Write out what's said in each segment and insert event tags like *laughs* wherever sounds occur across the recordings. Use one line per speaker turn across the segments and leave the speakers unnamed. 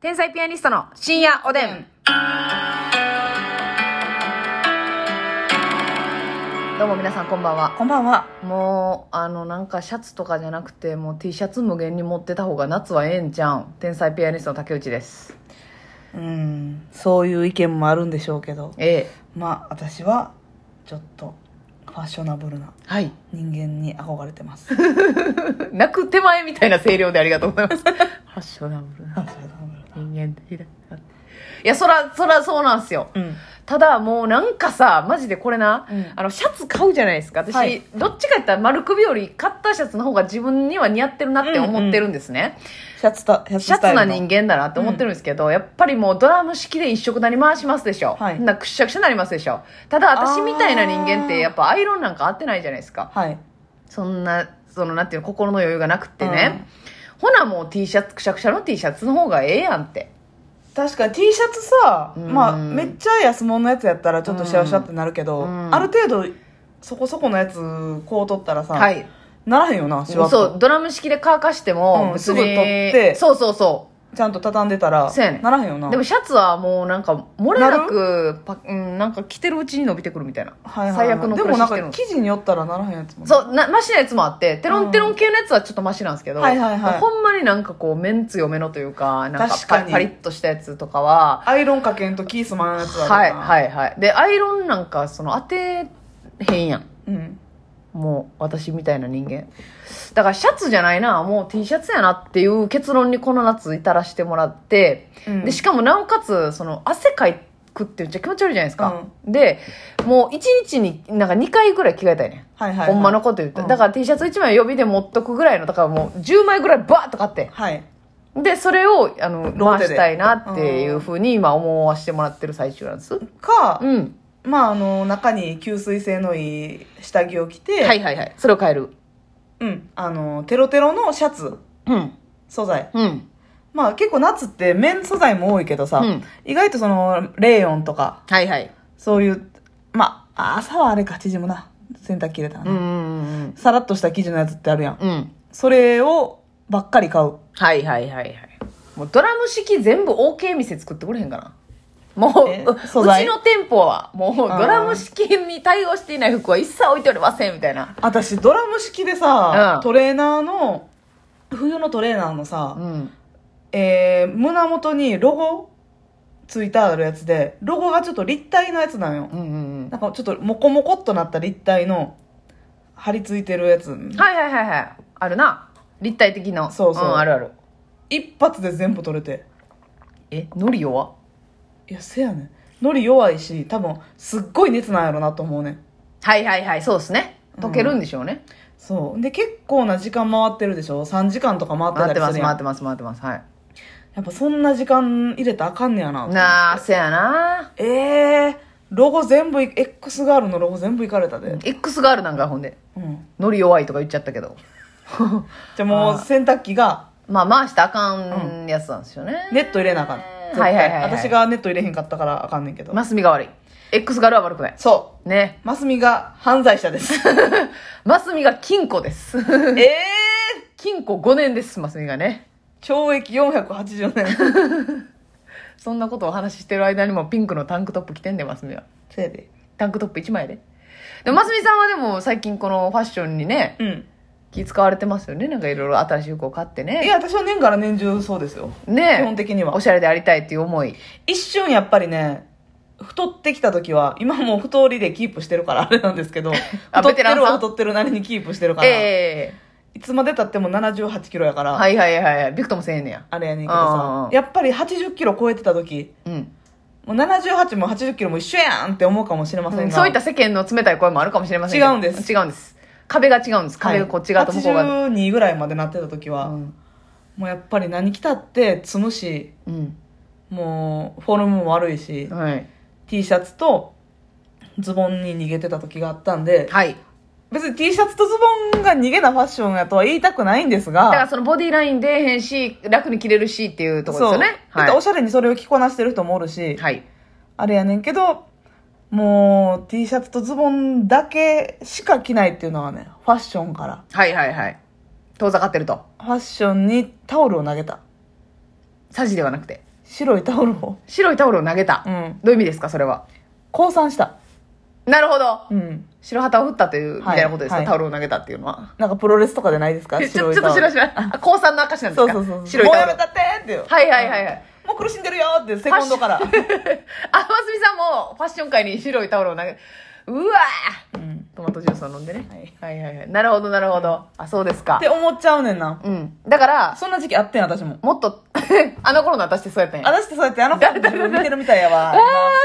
天才ピアニストの深夜おでん。どうも皆さんこんばんは。
こんばんは。
もう、あの、なんかシャツとかじゃなくて、もう T シャツ無限に持ってた方が夏はええんちゃうん。天才ピアニストの竹内です。
うん、そういう意見もあるんでしょうけど、
ええ。
まあ私はちょっとファッショナブルな
はい。
人間に憧れて *laughs* ます。
泣く手前みたいな声量でありがとうござい *laughs* ます。ファッショナブル
ファ
な
ッショナブルな
人間的だな。いや、そら、そらそうなんですよ。
うん、
ただもうなんかさマジでこれな、
うん
あのシャツ買うじゃないですか私、
はい
どっちか言ったら丸首より買ったシャツの方が自分には似合ってるなって思ってるんですね、
シャツたシャツ
シャ
ス
ツ
タイ
な
ルの
人間だなって思ってるんですけど、やっぱりもうドラム式で一色なり回しますでしょ、
はい
なくしゃくしゃなりますでしょただ私みたいな人間ってやっぱアイロンなんか合ってないじゃないですか
はい。
そんなそのなんていうの心の余裕がなくってね、ほなもう T シャツくしゃくしゃの T シャツの方がええやんって
確かに T シャツさ、
うん
まあめっちゃ安物のやつやったらちょっとシャワシャってなるけど、
うん
ある程度そこそこのやつこう取ったらさ、
はい
ならへんよな、シワっ
そ
と
うドラム式で乾かしても、
うん
別に
すぐ取って
そうそうそう
ちゃんと畳んでたら、
そうやねん
ならへんよな。
でもシャツはもうなんか漏れなくパうん、なんか着てるうちに伸びてくるみたいな、
はいはいは
最
い
悪の
で
暮
も
らし
なん
してる
か
の
生地によったらならへんやつも
そうなマシなやつもあってテロンテロン系のやつはちょっとマシなんですけど、
はいはいはい
ほんまになんかこうメン強めのというかなんか
確
パ
か
リ
に
パリッとしたやつとかは
アイロンかけんとキースマンのやつだ、
はいはいいはいでアイロンなんかその当てへんやん
うん、
もう私みたいな人間だからシャツじゃないなもう T シャツやなっていう結論にこの夏至らしてもらってでしかもなおかつその汗かいくってめっちゃ気持ち悪いじゃないですか、でもう一日になんか2回ぐらい着替えたいね、
はいはいはい、
ほんまのこと言った、
うん
だから T シャツ1枚予備で持っとくぐらいのだからもう10枚ぐらいバーッと買って
はい
でそれをあの
ロー
回
テ
し
で
たいなっていうふうに今思わせてもらってる最中なんです
か、
うん
まああの中に吸水性のいい下着を着て、
はいはいはいそれを変える
うん、あのテロテロのシャツ
うん
素材
うん
まあ結構夏って綿素材も多いけどさ、
うん
意外とそのレーヨンとか
はいはい
そういうまあ朝はあれか縮むな洗濯機入れた
う
らな、
んうんうん
さらっとした生地のやつってあるやん
うんうん
それをばっかり買う
はいはいはいはいもうドラム式全部 OK 店作ってくれへんかなもう
え
うう
素材
ちの店舗はもうド
あー
ラム式に対応していない服は一切置いておりませんみたいな
私ドラム式で
う
さ、
ん
トレーナーの冬のトレーナーのさ、
うん
えー胸元にロゴついてあるやつでロゴがちょっと立体のやつなんよ
うんうん
なんかちょっとモコモコっとなった立体の貼り付いてるやつ、
うんはいはいはいはいあるな立体的な
そうそうん
あるある
一発で全部取れて
えノリ弱
いやせやねんのり弱いし多分すっごい熱なんやろなと思うねん
はいはいはいそうですね溶けるんでしょうね、
そうで結構な時間回ってるでしょ3時間とか回って
回
た
って
り
ますす
るや
回っ
ん
てます回ってますはい
やっぱそんな時間入れたらあかんねやなと思って
なあせやな
えー、ロゴ全部い X ガールのロゴ全部いかれたで、
X ガールなんかほんで
うん、
ノリ弱いとか言っちゃったけど
じゃあも
あ
う
ー
洗濯機が
まあ回したらあかんやつなんですよね、
ネット入れなあかん。絶対
はいはいはいはい
私がネット入れへんかったからあかんねんけど。
マスミが悪い。X ガルは悪くない。
そ
ね。 *laughs*
う。マスミが犯罪者です。
マスミが金庫です。 *laughs*
えぇ、ー、
金庫5年です、マスミがね。
懲役480年。
*laughs* そんなことをお話ししてる間にもピンクのタンクトップ着てんで、マスミは。
せいで。
タンクトップ1枚で。でも、マスミさんはでも最近このファッションにね、
うん。
気使われてますよね。なんかいろいろ新しい服を買って
い
ね。
や、私は年から年中そうですよ。
ね
基本的には
おしゃれでありたいっていう思い。
一瞬やっぱりね、太ってきた時は、今もう太りでキープしてるからあれなんですけど、
*laughs* あ
太っ
ベテ
て
ラン
る
さん
は太ってるなりにキープしてるから、
え
いつまでたっても78キロやから、
えはいはいはいはい。ビクともせえんねや。
あれやねんけど
うんうんうん、
さやっぱり80キロ超えてた時、
うん。
もう78も80キロも一緒やんって思うかもしれませんが、
そういった世間の冷たい声もあるかもしれませんけど
違うんです
違うんです。壁が違うんです。壁がこっち側と向こう側。
82ぐらいまでなってた時は、
うん
もうやっぱり何着たって積むし
うん。
もうフォルムも悪いし、
はい。
T シャツとズボンに逃げてた時があったんで
はい。
別に T シャツとズボンが逃げなファッションやとは言いたくないんです
だから
が
そのボディライン出えへんし、楽に着れるしっていうところですよね。
そうだっ
は
て
い
お。しゃれにそれを着こなしてる人もおるし、
はい。
あれやねんけどもう T シャツとズボンだけしか着ないっていうのはねファッションから
はいはいはい。遠ざかってると。
ファッションにタオルを投げた
サジではなくて。
白いタオルを、
白いタオルを投げた、
うん、
どういう意味ですかそれは
降参した。
なるほど
うん。
白旗を振ったという、みたいなことですか、
はい
タオルを投げたっていうのは
なんかプロレスとかじゃないですか
えちょ
白い
ちょっと
タオ
白
ル
い白いあ高三の証なんです
そう
か
そうそうそう。
白い
もう
タオ
や
ル
めたってってよ。
はいはいはいはい
もう苦しんでるよって、セコンドから。
あますみさんもファッション界に白いタオルを投げうわー
うん。
トマトジュースを飲んでね、
はい
はい、はいはいなるほどなるほどあそうですか
って思っちゃうねんな。
うんだから
そんな時期あってん、私も。
もっと *laughs* あの頃の私ってそうやったんや
私ってそうやってあの子の自分見てるみたいやわ。今の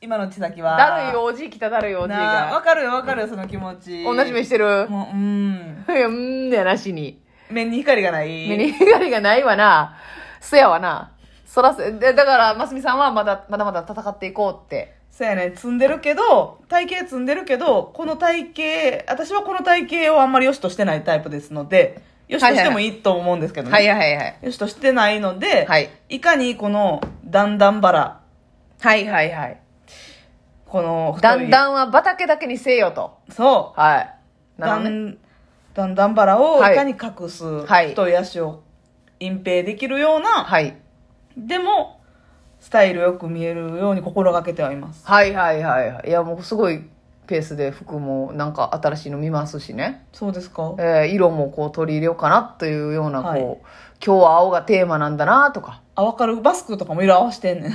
今の千崎は。
だるいおじい来ただるいおじい
なあわ
が
かるよ、わかるよ、その気持ち。
同じ目してる
もう、うん。
いやうーんやなしに
目に光がない。
目に光がないわなそやわなそらせでだからますみさんはまだまだまだ戦っていこうって
そうやね、積んでるけど、体型積んでるけど、この体型、私はこの体型をあんまり良しとしてないタイプですので、良しとしてもいいと思うんですけどね。
はいはいはい
良しとしてないので、
はい
いかにこの、だんだんバラ、
はいはいはい
この太
だ
い、
んだんは畑だけにせよと
そ。
はいう
だ
なるほどね
ん、だんだんバラをい
はい
かに隠す、
はい
太い足を隠蔽できるような、
はい
でも、スタイルよく見えるように心がけてはいます。
はいはいはいはいいやもうすごいペースで服もなんか新しいの見ますしね、
そうですか
えー色もこう取り入れようかなというようなこう、
はい
今日は青がテーマなんだなと
*laughs*
か
あ、わかるバスクとかも色合わせて
*laughs*
んねん。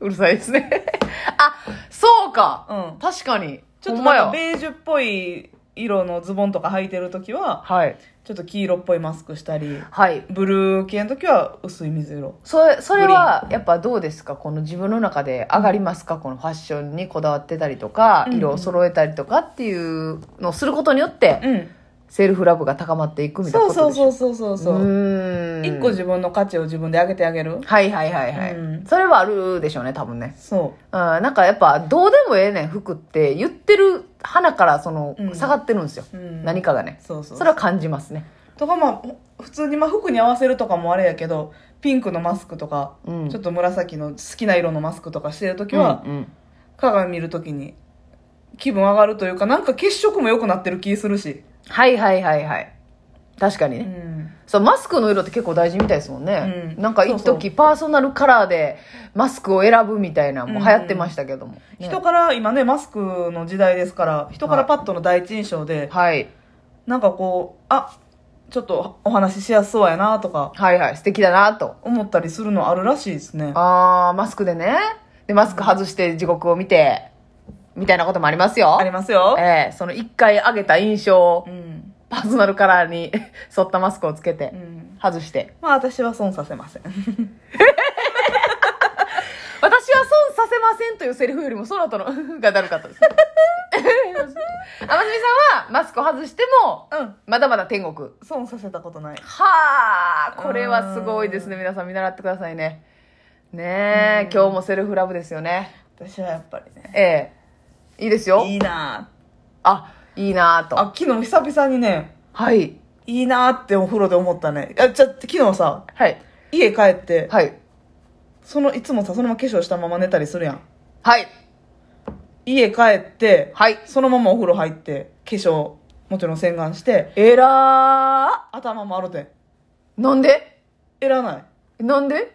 うるさいですね *laughs* あそうか、
うん
確かに
ちょ
ほ
っと
んま
な
や
んかベージュっぽい色のズボンとか履いてるときは、
はい
ちょっと黄色っぽいマスクしたり、
はい
ブルー系のときは薄い水色。
それそれはやっぱどうですかこの自分の中で上がりますかこのファッションにこだわってたりとか、
うん
色を揃えたりとかっていうのをすることによって、
うん。
セルフラブが高まっていくみたい
そ
な
う
こと
そう
でしょ
そうそうそうそうう。
ーん
一個自分の価値を自分で上げてあげる。
はいはいはいはい、
うん
それはあるでしょうね多分ね
そ
うんなんかやっぱどうでもええねん服って言ってる花からその、
うん
下がってるんですよ、
う。うん
何。かがね
そうそう。
それは感じますね
とかまあ、普通にまあ服に合わせるとかもあれやけど、ピンクのマスクとか、
うん
ちょっと紫の好きな色のマスクとかしてるときは、
うんうん
鏡見るときに気分上がるというか、なんか血色も良くなってる気するし。
はいはいはいはい確かにね、
ん。
そうマスクの色って結構大事みたいですもんね、
うん
なんか一
そうそ
時パーソナルカラーでマスクを選ぶみたいなのも
うん
流行ってましたけども、ね
人から、今ね、マスクの時代ですから、人からパッとの第一印象で、
はい
なんかこう、あ、ちょっとお話ししやすそうやなとか、
はいはい素敵だなと
思ったりするのあるらしいですね。
あーマスクでねでマスク外して地獄を見てみたいなこともありますよ
ありますよ。
ええその一回上げた印象を
うん。
パーソナルカラーに *laughs* 沿ったマスクをつけて
うん。
外して
まあ私は損させません。 *laughs*
私は損させませんというセリフよりもその後の *laughs* 「がだるか
*laughs*
ったですあますみさんはマスクを外しても
うん。
まだまだ天国
損させたことない。
はあこれはすごいですね皆さん見習ってくださいねねえ今日もセルフラブですよね
私はやっぱりね、
ええいいですよ
いいな
あいいなぁ
ぁ
と
あ、昨日久々にね、
はい
いいなぁってお風呂で思ったね。あ、じゃ、昨日さ、
はい
家帰って、
はい
その、いつもさ、そのまま化粧したまま寝たりするやん。
はい
家帰って、
はい
そのままお風呂入って、化粧、もちろん洗顔して、
えら
頭も洗ってん。
ーなんで
いらない。
なんで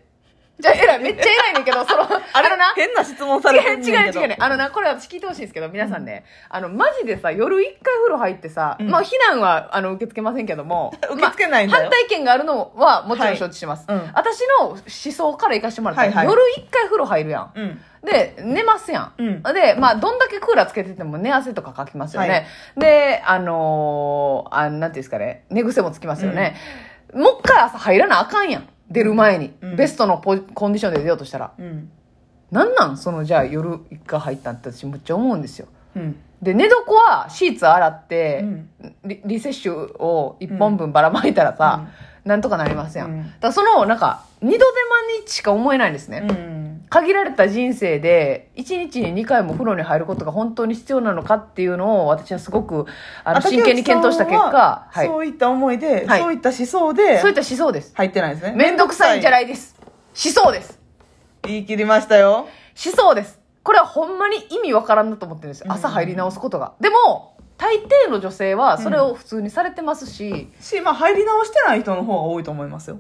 じゃあ、偉い、めっちゃ偉いねんけど、そ
*laughs*
の、あのな、
変な質問されて
違う
んねんけど
違う違うね。あのな、これ私聞いてほしいんですけど、皆さんね、あの、マジでさ、夜一回風呂入ってさ、
うん、
まあ、避難は、あの、受け付けませんけども
*laughs* 受け付けないんだよ
まあ反対意見があるのは、もちろん承知します。
はいうん
私の思想からいかしてもらったら、
はいはい
夜一回風呂入るやん。
うん。
で、寝ますやん。
うん
で、まあ、どんだけクーラーつけてても寝汗とかかきますよね。
はい
で、あのーあ、なんていうんですかね、寝癖もつきますよね。もう一回朝入らなあかんやん。出る前に。
うん
ベストのポコンディションで出ようとしたら。
うん。
なんなんその、じゃあ夜一回入ったんって私むっちゃ思うんですよ。
うん。
で、寝床はシーツ洗って、
うん
リリセッシュを一本分ばらまいたらさ、なんとかなりますやん。
うん
だからその、なんか、二度手間にしか思えないんですね。
うん。
限られた人生で1日に2回も風呂に入ることが本当に必要なのかっていうのを私はすごくあの
あ
真剣に検討した結果、は、
竹内さんはいそういった思いで、
はい
そういった思想で
そういった思想です
入ってないですね
面倒くさいんじゃないいです思想です
言い切りましたよ
思想ですこれはほんまに意味わからんなと思ってるんです
うん
朝入り直すことが、でも大抵の女性はそれを普通にされてますし、
しまあ入り直してない人の方が多いと思いますよ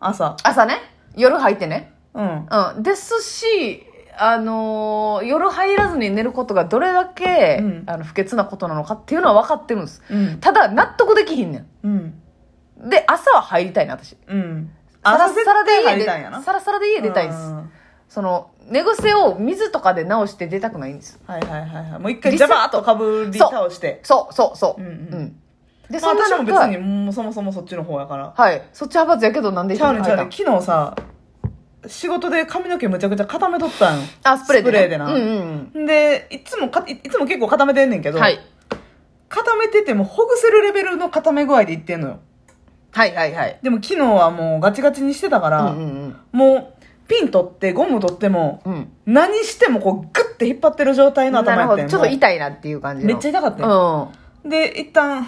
朝
朝ね夜入ってね。
うん。
うん。ですし、あのー夜入らずに寝ることがどれだけ、
うん
あの不潔なことなのかっていうのは分かってるんです。
うん。
ただ、納得できひんね
うん。
ん。で、朝は入りたいな、私。
うん。
サラサラで家
朝絶対入
で、
りたいんやな。
サラサラで家出たいんで
う
す。
ん
その、寝癖を水とかで直して出たくないんです。
はいはいはいはい。もう一回ジャバーっとかぶり倒して。
そうそうそう。
うんうん
で、
まあ
そんな
私も
中、
別にもうそもそもそっちの方やから。
はい。そっち派閥やけどなんで
ちゃうねんちゃうね
入
ん
っ
昨日さ、仕事で髪の毛むちゃくちゃ固めとったんよ。
たんあ、スプレーで、
スプレーでな
うんうんうん。
で、いつもか、いいつも結構固めてんねんけど、
はい。
固めててもほぐせるレベルの固め具合でいってんのよ。
はいはいはい。
でも昨日はもうガチガチにしてたか
う
ら、
んうん
もうピン取ってゴム取っても、
うん。うん。
何してもこうグッて引っ張ってる状態の
な
頭
る
や
ほ
って
ど。
ん
ちょっと
もう
痛いなっていう感じの。
めっちゃ痛かったよ、
うん。
で、一旦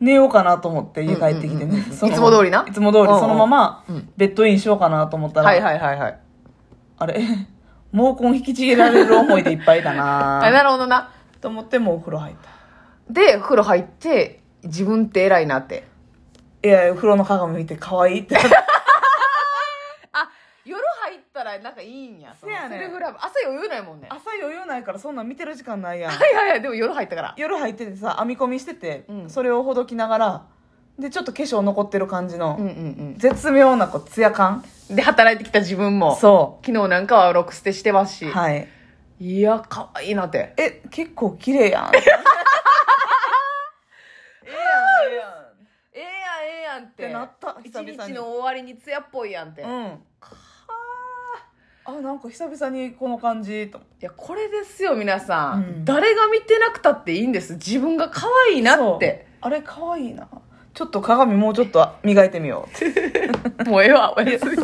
寝ようかなと思って家帰ってきて
うんうん
ね
うんうん。
その
いつも通りない
つも通り、そのまま
うんうん
ベッドインしようかなと思ったら、
はいはいはいはい。
あれ、毛根引きちぎられる思いでいっぱいだ
*laughs* あ、
な
なるほどな。
と思ってもうお風呂入った。
で、風呂入って、自分って偉いなって。
いや、風呂の鏡見て可愛
*laughs*
いって。
あ、夜入ったらなんかいいんや。
せやねん
そのセルフラブ。朝余裕ないもんね。は
朝余裕ないからそんなん見てる時間ないやん。
いはいはい。でも夜入ったから。
夜入っててさ、編み込みしてて、
うん
それをほどきながら、で、ちょっと化粧残ってる感じ
うん
の、
うん
絶妙なこう、ツヤ感。
うん。で、働いてきた自分も。
そ
昨日なんかはロック捨てしてますし。
う。はい。
いや、可愛いなって。
え、結構綺麗やん。 *laughs* ええやん、
ええやん、
ええやん。
ええやんっ
ってなった久々に
終わりにツヤっぽいやんって
うんあなんか久々にこの感じと
いや、これですよ、皆さん。
うん
誰が見てなくたっていいんです。自分が可愛いなって。
そうあれ可愛いなちょっと鏡もうちょっと磨いてみよう
もうええわ、おやすみ。